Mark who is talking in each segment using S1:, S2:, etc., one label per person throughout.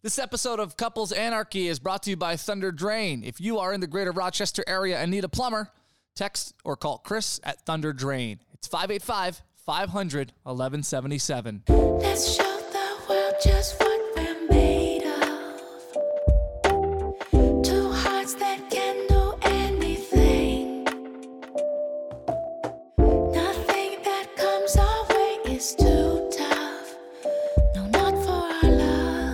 S1: This episode of Couples Anarchy is brought to you by Thunder Drain. If you are in the greater Rochester area and need a plumber, text or call Chris at Thunder Drain. It's 585 500 1177.
S2: Let's show the world just what we're made of. Two hearts that can do anything. Nothing that comes our way is too tough. No, not for our love.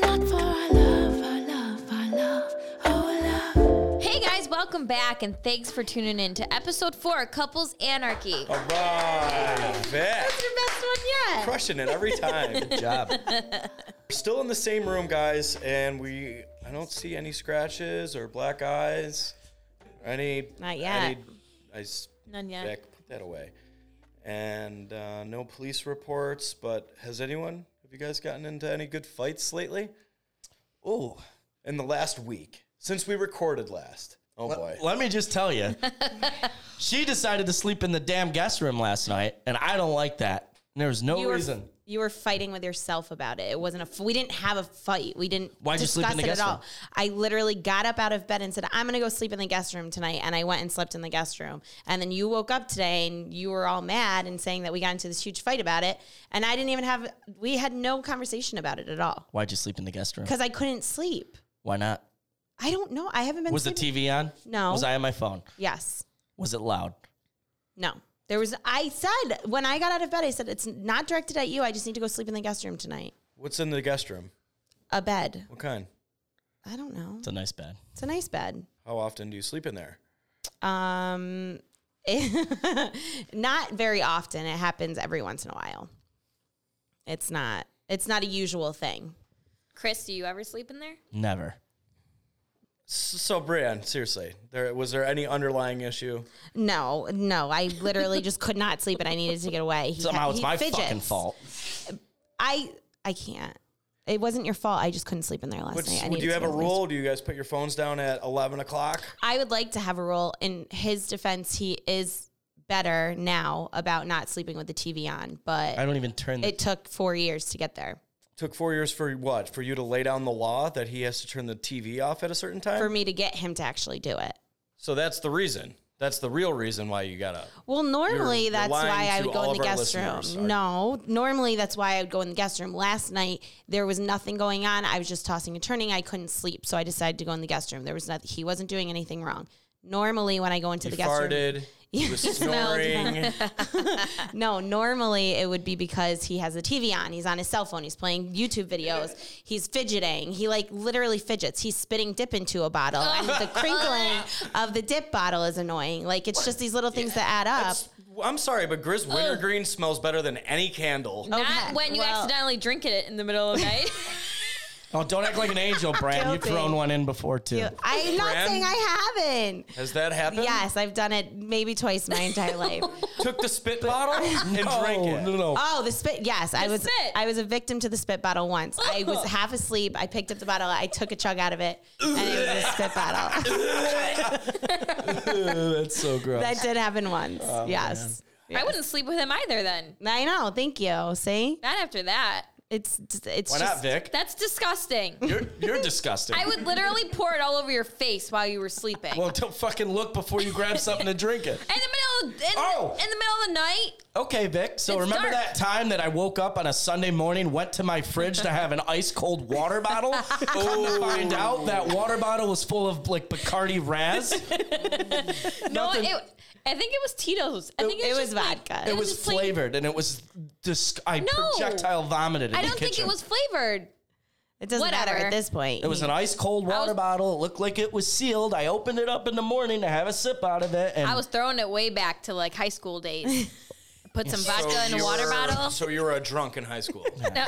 S2: Not for our love, our love, our love, oh love.
S3: Hey guys, welcome back and thanks for tuning in to episode four of Couples Anarchy.
S4: Oh.
S5: All right,
S3: That's your
S5: Vic.
S3: best one yet.
S5: Crushing it every time. We're
S4: job.
S5: still in the same room, guys, and we I don't see any scratches or black eyes. Or any
S6: Not yet.
S5: Any, I, s-
S6: None yet.
S5: Vic, put that away. And uh, no police reports. But has anyone? Have you guys gotten into any good fights lately? Oh, in the last week since we recorded last. Oh boy.
S4: Let me just tell you, she decided to sleep in the damn guest room last night, and I don't like that. And there was no
S6: you
S4: reason.
S6: Were, you were fighting with yourself about it. It wasn't a. f- We didn't have a fight. We didn't
S4: Why'd you
S6: discuss
S4: sleep in the
S6: it
S4: guest
S6: at all.
S4: room?
S6: I literally got up out of bed and said, "I'm gonna go sleep in the guest room tonight," and I went and slept in the guest room. And then you woke up today and you were all mad and saying that we got into this huge fight about it, and I didn't even have. We had no conversation about it at all
S4: Why'd you sleep in the guest room?
S6: because I couldn't sleep.
S4: Why not?
S6: I don't know. I haven't been.
S4: Was the
S6: sleeping.
S4: TV on?
S6: No.
S4: Was I on my phone?
S6: Yes.
S4: Was it loud?
S6: No. There was. I said when I got out of bed, I said it's not directed at you. I just need to go sleep in the guest room tonight.
S5: What's in the guest room?
S6: A bed.
S5: What kind?
S6: I don't know.
S4: It's a nice bed.
S6: It's a nice bed.
S5: How often do you sleep in there?
S6: Um, not very often. It happens every once in a while. It's not. It's not a usual thing.
S3: Chris, do you ever sleep in there?
S4: Never.
S5: So, Brian, seriously, there was there any underlying issue?
S6: No, no. I literally just could not sleep, and I needed to get away. He
S4: Somehow
S6: ha-
S4: it's
S6: he
S4: my
S6: fidgets.
S4: fucking fault.
S6: I I can't. It wasn't your fault. I just couldn't sleep in there last
S5: What's,
S6: night. I
S5: would
S6: needed
S5: you
S6: to
S5: have
S6: get
S5: a
S6: away.
S5: rule? Do you guys put your phones down at eleven o'clock?
S6: I would like to have a rule. In his defense, he is better now about not sleeping with the TV on, but
S4: I don't even turn the.
S6: it took four years to get there.
S5: Took four years for what? For you to lay down the law that he has to turn the TV off at a certain time.
S6: for me to get him to actually do it.
S5: so that's the reason. That's the real reason why you got up.
S6: Well, normally
S5: You're
S6: that's
S5: lying
S6: why I
S5: to
S6: would go
S5: all
S6: in the
S5: of our
S6: guest
S5: listeners.
S6: room. No, normally that's why I would go in the guest room. Last night there was nothing going on. I was just tossing and turning. I couldn't sleep, so I decided to go in the guest room. There was nothing. He wasn't doing anything wrong. Normally when I go into
S5: he
S6: the guest room,
S5: farted. He was snoring.
S6: no, normally it would be because he has the TV on. He's on his cell phone. He's playing YouTube videos. He's fidgeting. He like literally fidgets. He's spitting dip into a bottle, and the crinkling of the dip bottle is annoying. Like it's just these little things that add up.
S5: I'm sorry, but Grizz wintergreen smells better than any candle.
S3: Not when you
S6: well-
S3: accidentally drink it in the middle of the night.
S4: oh, don't act like an angel, Brian. You've
S6: Guilty.
S4: thrown one in before too.
S6: I'm not
S5: Fran?
S6: saying I haven't.
S5: Has that happened?
S6: Yes, I've done it maybe twice my entire life.
S5: Took the spit bottle and
S4: No,
S5: drank it.
S4: No, no, no.
S6: Oh, the spit. Oh. Yes, I was.
S3: spit.
S6: I was a victim to the spit bottle once. I was half asleep. I picked up the bottle. I took a chug out of it, and it was a spit bottle.
S4: That's so gross. Oh,
S6: that did happen once. yes.
S3: I wouldn't sleep with him either then.
S6: I know. Thank you. See,
S3: Not after that.
S6: it's it's
S4: Why
S6: just
S4: not, Vic?
S3: That's disgusting.
S4: You're, you're disgusting.
S3: I would literally pour it all over your face while you were sleeping.
S4: well, don't fucking look before you grab something to drink
S3: in
S4: it.
S3: the middle of, in,
S4: Oh.
S3: in the middle of the night,
S4: Okay, Vic. So
S3: It's
S4: remember
S3: dark.
S4: that time that I woke up on a Sunday morning, went to my fridge to have an ice cold water bottle? Come
S3: Oh.
S4: to find out that water bottle was full of like Bacardi Raz. it
S3: no, it, I think it was Tito's. I think it,
S6: It
S3: was,
S6: was
S3: just plain-
S6: vodka. It
S3: It,
S4: was
S3: just plain-
S4: flavored and it was dis- I
S3: No.
S4: projectile vomited in
S3: I
S4: the
S3: don't think
S4: kitchen.
S3: it was flavored.
S6: it doesn't matter
S3: Whatever.
S6: at this point.
S4: It was an ice cold water
S3: was-
S4: bottle. It looked like it was sealed. I opened it up in the morning to have a sip out of it, and
S3: I was throwing it way back to like high school days. Put some
S5: So
S3: vodka in
S5: you
S3: a water
S5: were-
S3: bottle.
S5: So you were a drunk in high school.
S3: No,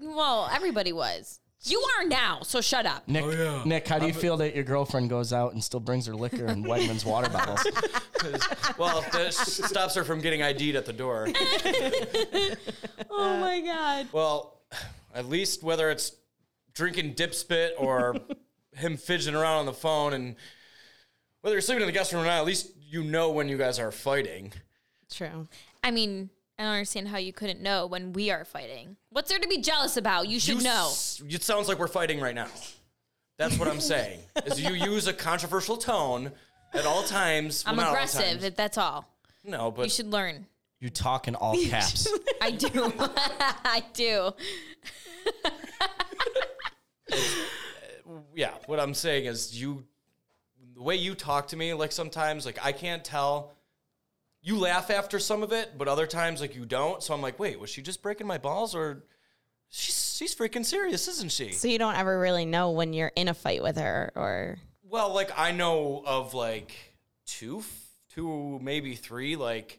S3: well, everybody was. You are now, so shut up.
S4: Nick, Nick, how do you feel that your girlfriend goes out and still brings her liquor and Wegmans water bottles?
S5: well, that stops her from getting ID'd at the door.
S3: Oh my god.
S5: Well, at least whether it's drinking dip spit or him fidgeting around on the phone and whether you're sleeping in the guest room or not, at least you know when you guys are fighting.
S6: true.
S3: I mean, I don't understand how you couldn't know when we are fighting. What's there to be jealous about? You should
S5: You
S3: know.
S5: s- it sounds like we're fighting right now. That's what I'm saying. is you use a controversial tone at all times. well,
S3: I'm
S5: not all
S3: aggressive.
S5: times.
S3: That's all.
S5: No,
S3: You
S5: but
S3: should learn.
S4: You talk in all caps.
S3: I do. I do.
S5: yeah, what I'm saying is you, the way you talk to me, like sometimes, like I can't tell. You laugh after some of it, but other times, like you don't. So I'm like, wait, was she just breaking my balls, or she's she's freaking serious, isn't she?
S6: So you don't ever really know when you're in a fight with her or
S5: Well, like I know of like two, f- two maybe three like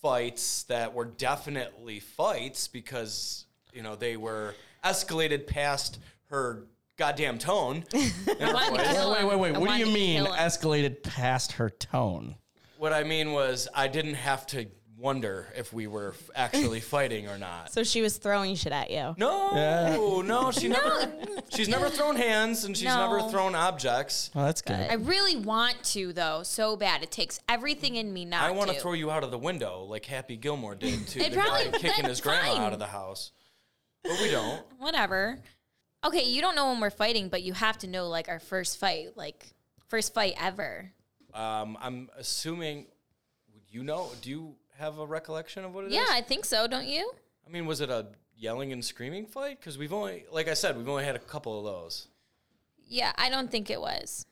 S5: fights that were definitely fights because you know they were escalated past her goddamn tone.
S3: I wanted to kill
S4: wait,
S3: him.
S4: wait, wait.
S3: I
S4: What do
S3: wanted
S4: you
S3: to
S4: mean
S3: kill him.
S4: escalated past her tone?
S5: what I mean was I didn't have to wonder if we were f- actually fighting or not.
S6: so she was throwing shit at you.
S5: No, no, she never. She's never thrown hands and she's never
S3: No.
S5: thrown objects.
S4: Well, that's good.
S3: I really want to though, so bad. It takes everything in me not
S5: I want to
S3: to.
S5: throw you out of the window like Happy Gilmore did to
S3: It
S5: the guy
S3: probably-
S5: kicking
S3: that's
S5: his grandma
S3: fine.
S5: out of the house. But we don't.
S3: Whatever. Okay, you don't know when we're fighting, but you have to know like our first fight, like first fight ever.
S5: Um, I'm assuming. Would you know? Do you have a recollection of what it is?
S3: Yeah, I think so. Don't you?
S5: I mean, was it a yelling and screaming fight? Because we've only, like I said, we've only had a couple of those.
S3: Yeah, I don't think it was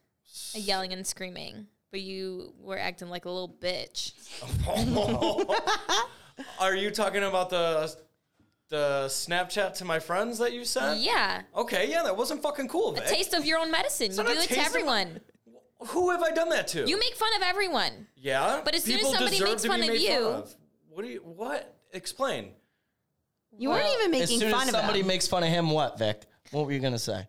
S3: a yelling and screaming, but you were acting like a little bitch.
S5: Are you talking about the the Snapchat to my friends that you sent?
S3: yeah,
S5: Okay, yeah, that wasn't fucking cool, Vic.
S3: taste of your own medicine. You
S5: not
S3: do
S5: a
S3: it to
S5: taste of-
S3: everyone.
S5: Who have I done that to?
S3: You make fun of everyone.
S5: yeah,
S3: But as soon as
S5: people
S3: somebody
S5: deserve
S3: makes
S5: to be
S3: fun of
S5: made
S3: you-
S5: what do you? What? Explain.
S6: You weren't even
S4: As
S6: making
S4: soon
S6: fun
S4: as
S6: of
S4: somebody
S6: him.
S4: makes fun of him, what, Vic? What were you going to say?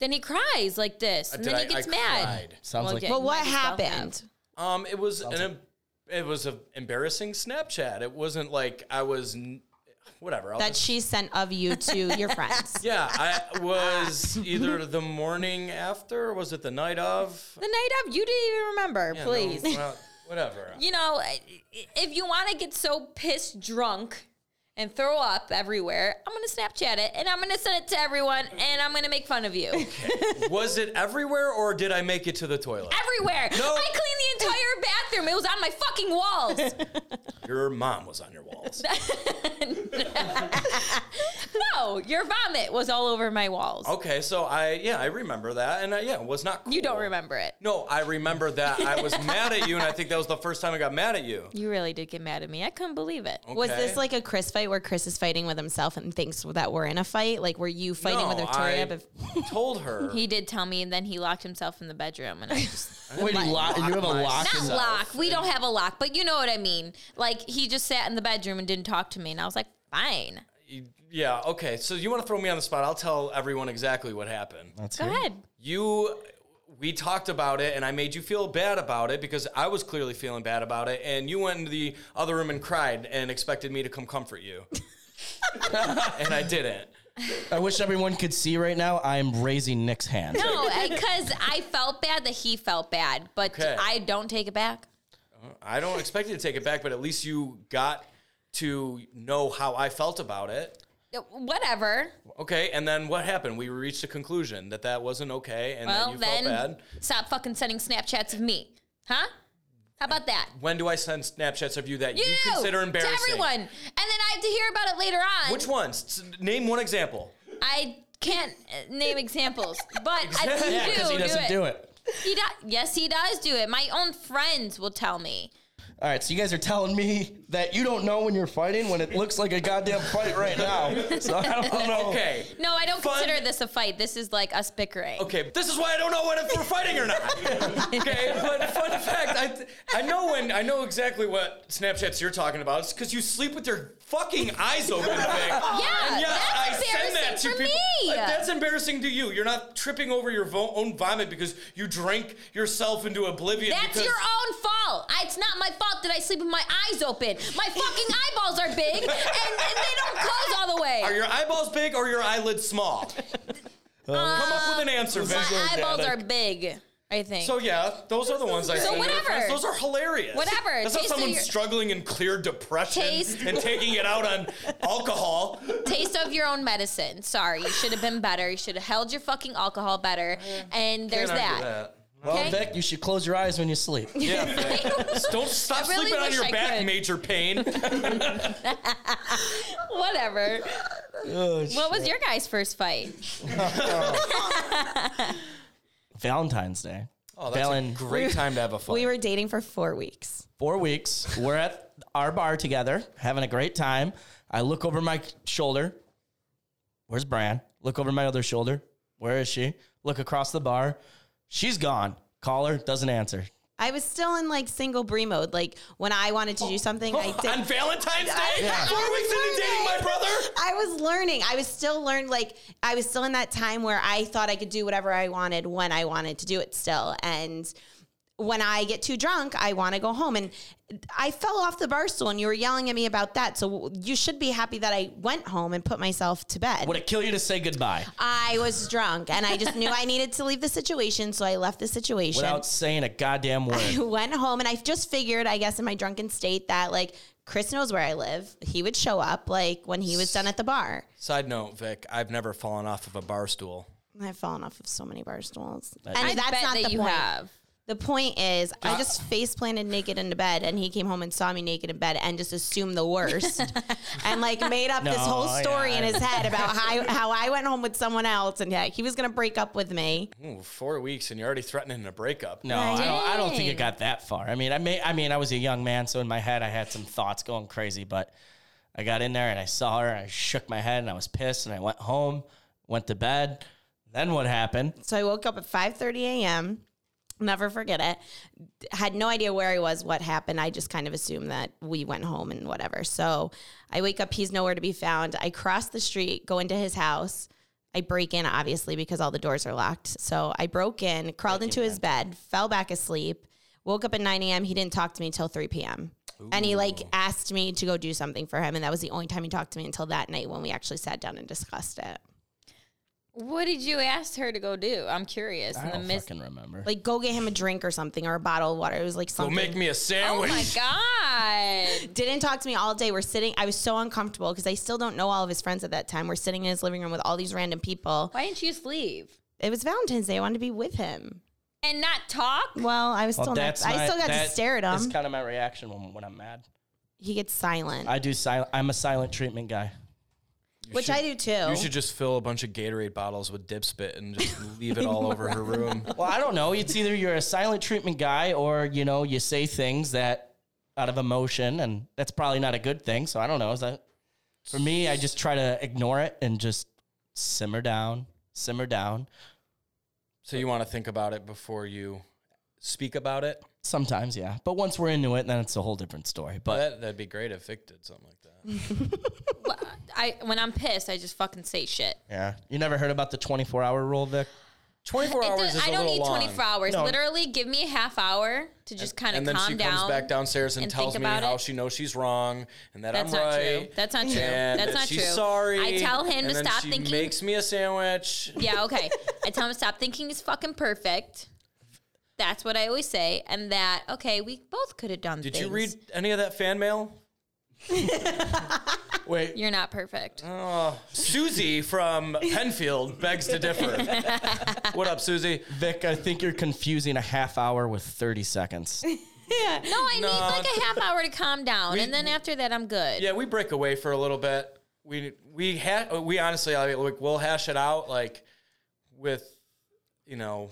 S3: Then he cries like this, and then he
S5: Uh, Did I- I
S3: gets mad.
S5: cried.
S4: Sounds
S3: Well,
S4: like
S3: yeah,
S6: But
S3: you
S6: what
S3: might as well have.
S6: happened?
S5: Um, it was an em- it was an embarrassing Snapchat. It wasn't like I was n- whatever. I'll
S6: That
S5: just-
S6: she sent of you to your friends.
S5: yeah,
S3: Ah.
S5: I was either the morning after, or was it the night of?
S6: The night of, you didn't even remember,
S5: Yeah, no,
S6: please.
S5: well, whatever.
S3: you know, i- i- if you want to get so pissed drunk and throw up everywhere, I'm going to Snapchat it and I'm going to send it to everyone and I'm going to make fun of you.
S5: was it everywhere, or did I make it to the toilet?
S3: everywhere.
S5: No.
S3: I cleaned the entire bathroom. It was on my fucking walls.
S5: Your mom was on your walls.
S3: no, your vomit was all over my walls.
S5: Okay, so I yeah I remember that, and I, yeah, it was not. Cool.
S3: You don't remember it.
S5: No, I remember that I was mad at you, and I think that was the first time I got mad at you.
S3: You really did get mad at me. I couldn't believe it.
S6: Was
S5: Okay.
S6: this like a Chris fight where Chris is fighting with himself and thinks that we're in a fight? Like, were you fighting with
S5: No,
S6: Victoria?
S5: I
S6: bef-
S5: told her.
S3: He did tell me, and then he locked himself in the bedroom, and I just
S4: Wait, you, lock, you have a lock?
S3: Not
S4: in-
S3: lock. We don't have a lock, but you know what I mean. Like he just sat in the bedroom and didn't talk to me, and I was like, fine,
S5: Yeah, okay. So you want to throw me on the spot? I'll tell everyone exactly what happened.
S4: Let's
S3: go
S4: hear it.
S3: ahead.
S5: You we talked about it and I made you feel bad about it because I was clearly feeling bad about it and you went into the other room and cried and expected me to come comfort you. and I didn't.
S4: I wish everyone could see right now. I am raising Nick's hand.
S3: No, because I felt bad that he felt bad, but
S5: Okay.
S3: I don't take it back.
S5: I don't expect you to take it back, but at least you got to know how I felt about it.
S3: Whatever.
S5: Okay, and then what happened? We reached a conclusion that that wasn't okay and
S3: Well,
S5: that you
S3: then
S5: felt bad.
S3: stop fucking sending Snapchats of me, huh? How about that?
S5: When do I send Snapchats of you that you,
S3: You
S5: consider embarrassing?
S3: to everyone, and then I have to hear about it later on.
S5: Which ones? S- Name one example.
S3: I can't uh, name examples, but I
S4: Yeah,
S3: do
S4: because he doesn't do it.
S3: He does. Yes, he does do it. My own friends will tell me.
S4: All right, so you guys are telling me that you don't know when you're fighting when it looks like a goddamn fight right now. So I don't know.
S5: Okay.
S3: No, I don't
S5: Fun-
S3: consider this a fight. This is like us bickering.
S5: Okay, this is why I don't know when if we're fighting or not. okay, but fun fact, I, I know when I know exactly what Snapchats you're talking about. It's because you sleep with your fucking eyes open. Vic.
S3: Yeah, that's embarrassing for me.
S5: Like, that's embarrassing to you. You're not tripping over your vo- own vomit because you drank yourself into oblivion.
S3: That's
S5: because-
S3: your own fault. I- It's not my fault that I sleep with my eyes open. My fucking eyeballs are big and, and they don't close all the way.
S5: Are your eyeballs big or your eyelids small? Come up with an answer, Vic.
S3: my eyeballs Uh, are big. I think.
S5: So yeah, those are the ones I.
S3: So
S5: send to my
S3: whatever.
S5: friends. Those are hilarious.
S3: Whatever.
S5: That's not
S3: Taste of
S5: someone
S3: your-
S5: struggling in clear depression
S3: Taste-
S5: and taking it out on alcohol.
S3: Taste of your own medicine. Sorry, you should have been better. You should have held your fucking alcohol better. And there's
S5: Can't
S3: that.
S5: argue
S4: Well,
S3: Okay.
S4: Vic, you should close your eyes when you sleep.
S5: Don't stop
S3: I really
S5: sleeping on
S3: wish
S5: your
S3: I
S5: back,
S3: could.
S5: Major Pain.
S3: Whatever. what was your guy's first fight?
S4: Valentine's Day.
S5: Oh,
S4: that's a Valen-
S5: great time to have a fight.
S6: We were dating for four weeks.
S4: Four weeks. We're at our bar together, having a great time. I look over my shoulder. Where's Bran? Look over my other shoulder. Where is she? Look across the bar. She's gone. Call her. Doesn't answer.
S6: I was still in like single brie mode. Like when I wanted to do something, I did.
S5: on Valentine's Day? Four weeks into dating my brother?
S6: I was learning. I was still learned. Like I was still in that time where I thought I could do whatever I wanted when I wanted to do it still. And when I get too drunk, I want to go home. And I fell off the bar stool, and you were yelling at me about that. So you should be happy that I went home and put myself to bed.
S4: Would it kill you to say goodbye
S6: I was drunk, and I just knew I needed to leave the situation, so I left the situation.
S4: without saying a goddamn
S6: I
S4: word?
S6: went home and I just figured, I guess, in my drunken state that like Chris knows where I live. He would show up like when he was done at the bar.
S5: Side note, Vic, I've never fallen off of a bar stool.
S6: I've fallen off of so many bar stools,
S4: I
S6: and
S3: I
S6: that's
S3: bet
S6: not
S3: that
S6: the
S3: you
S6: point.
S3: have.
S6: The point is, I just face planted naked into bed, and he came home and saw me naked in bed, and just assumed the worst, and like made up this
S4: No,
S6: whole story
S4: yeah.
S6: in his head about how, how I went home with someone else, and yeah, he was gonna break up with me.
S5: Ooh, four weeks and you're already threatening a breakup.
S4: No, I don't. I don't think
S3: Dang.
S4: it got that far. I mean, I may. I mean, I was a young man, so in my head, I had some thoughts going crazy. But I got in there and I saw her, and I shook my head, and I was pissed, and I went home, went to bed. Then what happened?
S6: So I woke up at 5:30 a.m. Never forget it. Had no idea where I was, what happened. I just kind of assumed that we went home and whatever. So I wake up, he's nowhere to be found. I cross the street, go into his house. I break in, obviously, because all the doors are locked. So I broke in, crawled into his bed, fell back asleep, woke up at 9 a.m. He didn't talk to me until 3 p.m. And he like asked me to go do something for him. And that was the only time he talked to me until that night when we actually sat down and discussed it.
S3: What did you ask her to go do? I'm curious.
S4: I
S3: in
S4: don't
S3: the midst.
S4: fucking remember.
S6: like go get him a drink or something or a bottle of water. It was like
S5: Go
S6: something.
S5: make me a
S3: Oh
S5: sandwich.
S3: my god.
S6: Didn't talk to me all day. We're sitting. I was so uncomfortable because I still don't know all of his friends at that time. We're sitting in his living room with all these random people.
S3: Why didn't you just leave
S6: It was Valentine's Day. I wanted to be with him.
S3: and not talk?
S6: Well, I was still. Not, I still got to stare at
S4: That's
S6: him.
S4: kind of my reaction when, when I'm mad.
S6: he gets silent,
S4: I do silent. I'm a silent treatment guy.
S6: which I do too.
S5: You should just fill a bunch of Gatorade bottles with dip spit and just leave it all over her room.
S4: Well, I don't know. It's either you're a silent treatment guy, or you know, you say things that out of emotion, and that's probably not a good thing. So I don't know. Is that for me? I just try to ignore it and just simmer down, simmer down.
S5: So you want to think about it before you speak about it?
S4: Sometimes, yeah. But once we're into it, then it's a whole different story. But
S5: That, that'd be great if Vic did something like that.
S3: Well, I when I'm pissed, I just fucking say shit.
S4: yeah, you never heard about the 24 hour rule, Vic?
S5: 24
S3: It
S5: hours
S3: does-
S5: is
S3: I
S5: a
S3: don't
S5: little
S3: need
S5: long.
S3: 24 hours.
S4: No.
S3: Literally, give me a half hour to just kind of
S5: and then
S3: calm
S5: she
S3: down.
S5: comes back downstairs and,
S3: and
S5: tells
S3: think
S5: me
S3: about
S5: how
S3: it.
S5: she knows she's wrong and that
S3: That's
S5: I'm
S3: not
S5: right.
S3: true. That's not true.
S5: and
S3: That's
S5: that
S3: not
S5: she's
S3: true.
S5: Sorry.
S3: I tell him
S5: and
S3: to
S5: then
S3: stop
S5: she
S3: thinking.
S5: Makes me a sandwich.
S3: yeah, okay. I tell him to stop thinking he's fucking perfect. That's what I always say, and that okay, we both could have done.
S5: Did
S3: things.
S5: you read any of that fan mail? Wait,
S3: You're not perfect.
S5: Uh, Susie from Penfield begs to differ. what up, Susie?
S4: Vic, I think you're confusing a half hour with 30 seconds.
S3: no, I need like a half hour to calm down,
S5: We-
S3: and then after that, I'm good.
S5: Yeah, we break away for a little bit. We we ha- we honestly I mean, like we'll hash it out like with you know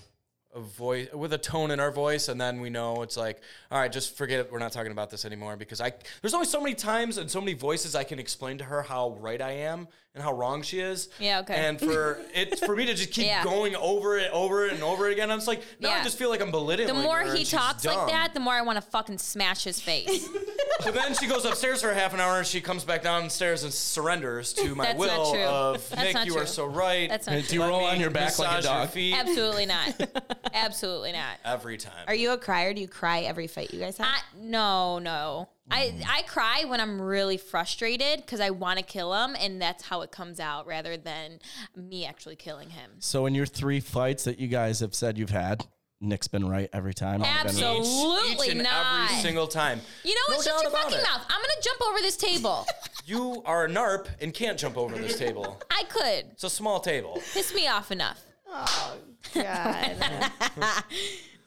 S5: a voice with a tone in our voice, and then we know it's like all right, just forget it. We're not talking about this anymore because I there's only so many times and so many voices I can explain to her how right I am and how wrong she is.
S3: Yeah, okay.
S5: And for it for me to just keep
S3: Yeah.
S5: going over it, over it, and over it again, I'm just like no, I
S3: Yeah.
S5: just feel like I'm belittling.
S3: The more
S5: her and
S3: he
S5: she's
S3: talks like
S5: dumb.
S3: that, the more I want to fucking smash his face.
S5: But then she goes upstairs for half an hour and she comes back downstairs and surrenders to my
S3: That's
S5: will
S3: not true.
S5: of
S3: That's
S5: Nick,
S3: not
S5: you
S3: true.
S5: are so right.
S3: That's not
S4: Do you
S3: true.
S4: roll
S5: Let
S4: on
S5: me
S4: your back like a
S5: massage your
S4: dog?
S5: feet
S3: Absolutely not. Absolutely not.
S5: every time.
S6: Are you a crier? Do you cry every fight you guys have?
S3: I no no. I I cry when I'm really frustrated because I want to kill him, and that's how it comes out rather than me actually killing him.
S4: So in your three fights that you guys have said you've had, Nick's been right every time.
S3: Absolutely. Absolutely
S5: each and
S3: not.
S5: Every single time.
S3: You know what?
S5: No
S3: Shut
S5: doubt
S3: your
S5: about
S3: fucking
S5: it.
S3: mouth. I'm gonna jump over this table.
S5: You are a narp and can't jump over this table.
S3: I could.
S5: It's a small table.
S3: Piss me off enough.
S6: God.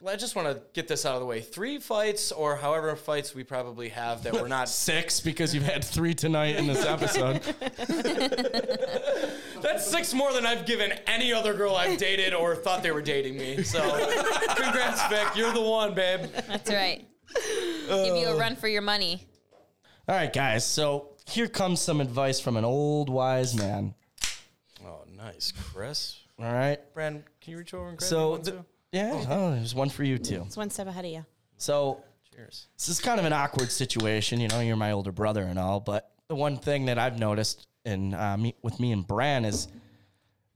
S5: Well, I just want to get this out of the way. Three fights, or however fights we probably have that we're not.
S4: Six because you've had three tonight in this episode.
S5: That's six more than I've given any other girl I've dated or thought they were dating me. So, congrats, Vic. You're the one, babe.
S3: That's right. Give
S5: Uh,
S3: you a run for your money.
S4: All right, guys. So here comes some advice from an old wise man.
S5: Oh, nice, Chris.
S4: All right.
S5: Brand, can you reach over and grab me
S4: So
S5: one,
S4: th-
S5: too?
S4: yeah, oh, there's one for you too.
S6: it's one step ahead of you.
S4: So
S5: Cheers.
S4: this is kind of an awkward situation. You know, you're my older brother and all, but the one thing that I've noticed in uh, me, with me and Bran is,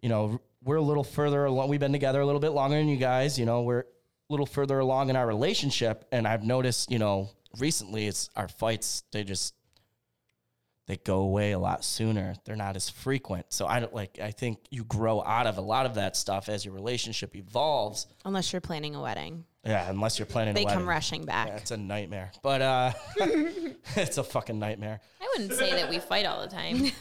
S4: you know, we're a little further along. We've been together a little bit longer than you guys. You know, we're a little further along in our relationship, and I've noticed, you know, recently it's our fights. They just they go away a lot sooner. They're not as frequent. So I don't like. I think you grow out of a lot of that stuff as your relationship evolves.
S6: Unless you're planning a wedding,
S4: Yeah, unless you're planning.
S6: they
S4: a wedding.
S6: come rushing back.
S4: That's a nightmare. But uh it's a fucking nightmare.
S3: I wouldn't say that we fight all the time.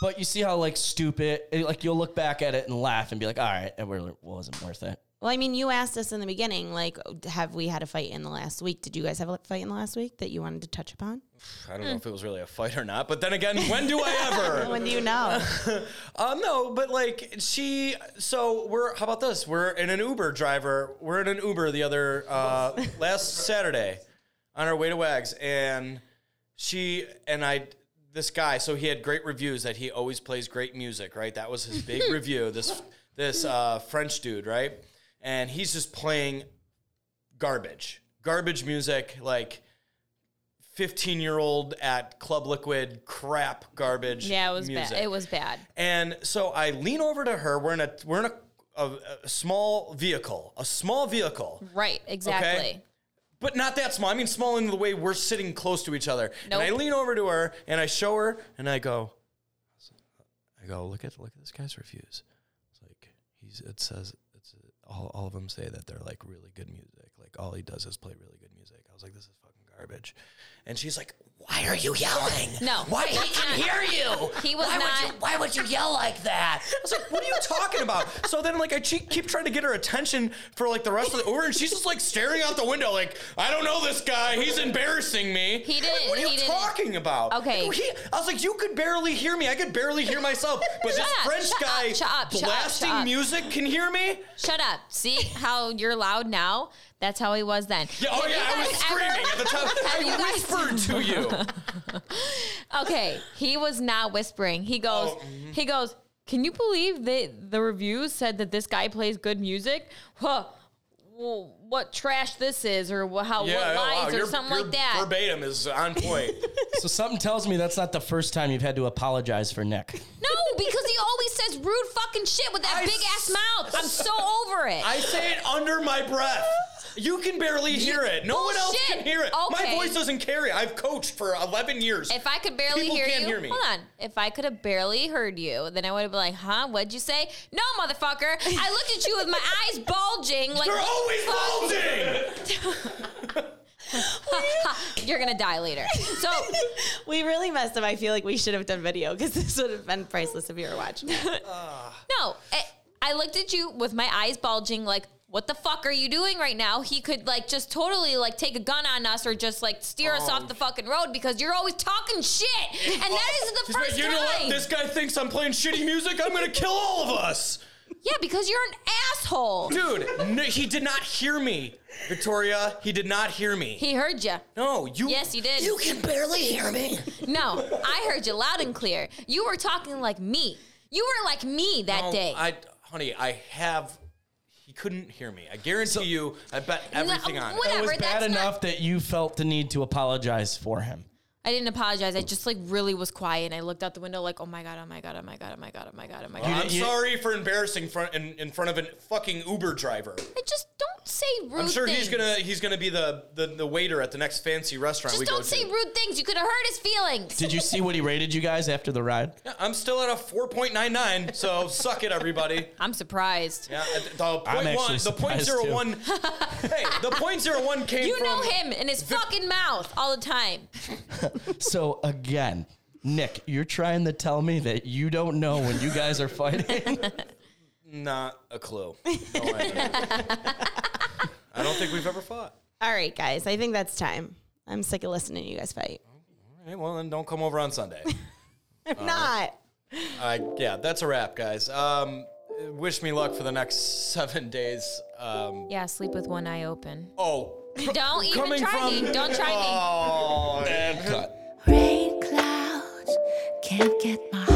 S4: But you see how like stupid it- like you'll look back at it and laugh and be like, all right, it really wasn't worth it.
S6: Well, I mean, you asked us in the beginning, like, have we had a fight in the last week? Did you guys have a fight in the last week that you wanted to touch upon?
S5: I don't know if it was really a fight or not, but then again, when do I ever?
S6: When do you know?
S5: Um, no, but like she, so we're, how about this? We're in an Uber driver. We're in an Uber the other, uh, last Saturday on our way to Wags. And she, and I, this guy, so he had great reviews that he always plays great music, right? That was his big review. This, this, uh, French dude, right? And he's just playing garbage, garbage music, like, 15 year old at Club Liquid crap garbage.
S3: yeah, it was
S5: music.
S3: bad. It was bad.
S5: And so I lean over to her. We're in a we're in a, a, a small vehicle, a small vehicle,
S3: Right, exactly.
S5: but not that small. I mean, small in the way we're sitting close to each other. And I
S3: Nope.
S5: lean over to her and I show her and I go, I go look at look at this guy's reviews. It's like he's it says it's all all of them say that they're like really good music. Like all he does is play really good music. I was like, this is fucking garbage. And she's like, Why are you yelling?
S3: No,
S5: why
S3: he-
S5: we
S3: he-
S5: can hear you?
S3: he was
S5: why Would you,
S3: not-
S5: why would you yell like that? I was like, What are you talking about? So then like I che- keep trying to get her attention for like the rest of the Uber, and she's just like staring out the window, like I don't know this guy. He's embarrassing me.
S3: He
S5: I'm
S3: didn't-
S5: Like, what are
S3: he
S5: you
S3: didn't.
S5: talking about?
S3: Okay.
S5: I go, "He- I was like, you could barely hear me. I could barely hear myself. But this
S3: Shut up,
S5: French
S3: shut
S5: guy
S3: up, shut up, shut up, shut
S5: blasting
S3: up.
S5: music can hear me?
S3: Shut up. See how you're loud now? That's how he was then.
S5: Yeah, oh
S3: Have
S5: yeah,
S3: you
S5: I was
S3: guys
S5: screaming
S3: ever-
S5: at the top.
S3: Have you
S5: I
S3: guys-
S5: whispered to you.
S3: Okay, he was not whispering. He goes,
S5: Oh,
S3: he goes, can you believe that the reviews said that this guy plays good music? Huh. Well, what trash this is, or wha- how
S5: Yeah,
S3: what
S5: oh, wow,
S3: lies,
S5: your-
S3: or something
S5: your
S3: like that.
S5: Verbatim is on point.
S4: So something tells me that's not the first time you've had to apologize for Nick.
S3: No, because he always says rude fucking shit with that
S5: I
S3: big ass mouth. I'm so over it.
S5: I say it under my breath. You can barely hear it. No one else
S3: Bullshit.
S5: can hear it. My
S3: Okay.
S5: voice doesn't carry. I've coached for 11 years.
S3: if I could barely
S5: People
S3: hear
S5: can't
S3: you,
S5: hear me.
S3: hold on. If I could have barely heard you, then I would have been like, "Huh? What'd you say?" No, motherfucker. I looked at you with my eyes bulging. Like
S5: They're
S3: what the
S5: always
S3: fuck?
S5: bulging.
S3: You're gonna die later. So
S6: we really messed up. I feel like we should have done video because this would have been priceless if you were watching. it.
S3: no, I, I looked at you with my eyes bulging. Like, what the fuck are you doing right now? He could like just totally like take a gun on us or just like steer us
S5: Oh.
S3: off the fucking road because you're always talking shit, and that is the
S5: He's like,
S3: first
S5: Oh, you
S3: time.
S5: know what? This guy thinks I'm playing shitty music. I'm going to kill all of us.
S3: yeah, because you're an asshole.
S5: Dude, no, he did not hear me, Victoria. He did not hear me.
S3: He heard you.
S5: No, you.
S3: Yes, he did.
S5: can barely hear me.
S3: No, I heard you loud and clear. You were talking like me. You were like me that
S5: No,
S3: day.
S5: I, honey, I have. He couldn't hear me. I guarantee you. I bet everything on it.
S4: It was
S3: Whatever,
S4: bad
S3: that's not-
S4: enough that you felt the need to apologize for him.
S3: I didn't apologize. I just like really was quiet and I looked out the window like, oh my god, oh my god, oh my god, oh my god, oh my god, oh my god.
S5: I'm sorry for embarrassing front in, in front of a fucking Uber driver.
S3: I just don't say rude.
S5: I'm sure
S3: things.
S5: he's gonna he's gonna be the, the the waiter at the next fancy restaurant
S3: Just
S5: we go
S3: don't say
S5: to.
S3: rude things. You could have hurt his feelings.
S4: Did you see what he rated you guys after the ride?
S5: Yeah, I'm still at a 4.99, so suck it, everybody.
S3: I'm surprised.
S5: Yeah, at the- the
S4: I'm
S5: point one,
S4: actually
S5: the point
S4: surprised,
S5: zero
S4: too.
S5: one. hey, the point zero one came
S3: You
S5: from.
S3: know him and his fucking mouth all the time.
S4: So again, Nick, you're trying to tell me that you don't know when you guys are fighting.
S5: Not a clue. No idea. I don't think we've ever fought.
S6: All right, guys, I think that's time. I'm sick of listening to you guys fight.
S5: All right, well then, don't come over on Sunday.
S6: I'm not.
S5: I yeah, that's a wrap, guys. Um, wish me luck for the next seven days. Um,
S3: Yeah, sleep with one eye open.
S5: oh,
S3: Don't even
S5: coming
S3: try
S5: from
S3: me. Don't try me.
S5: Oh,
S2: Rain clouds can't get my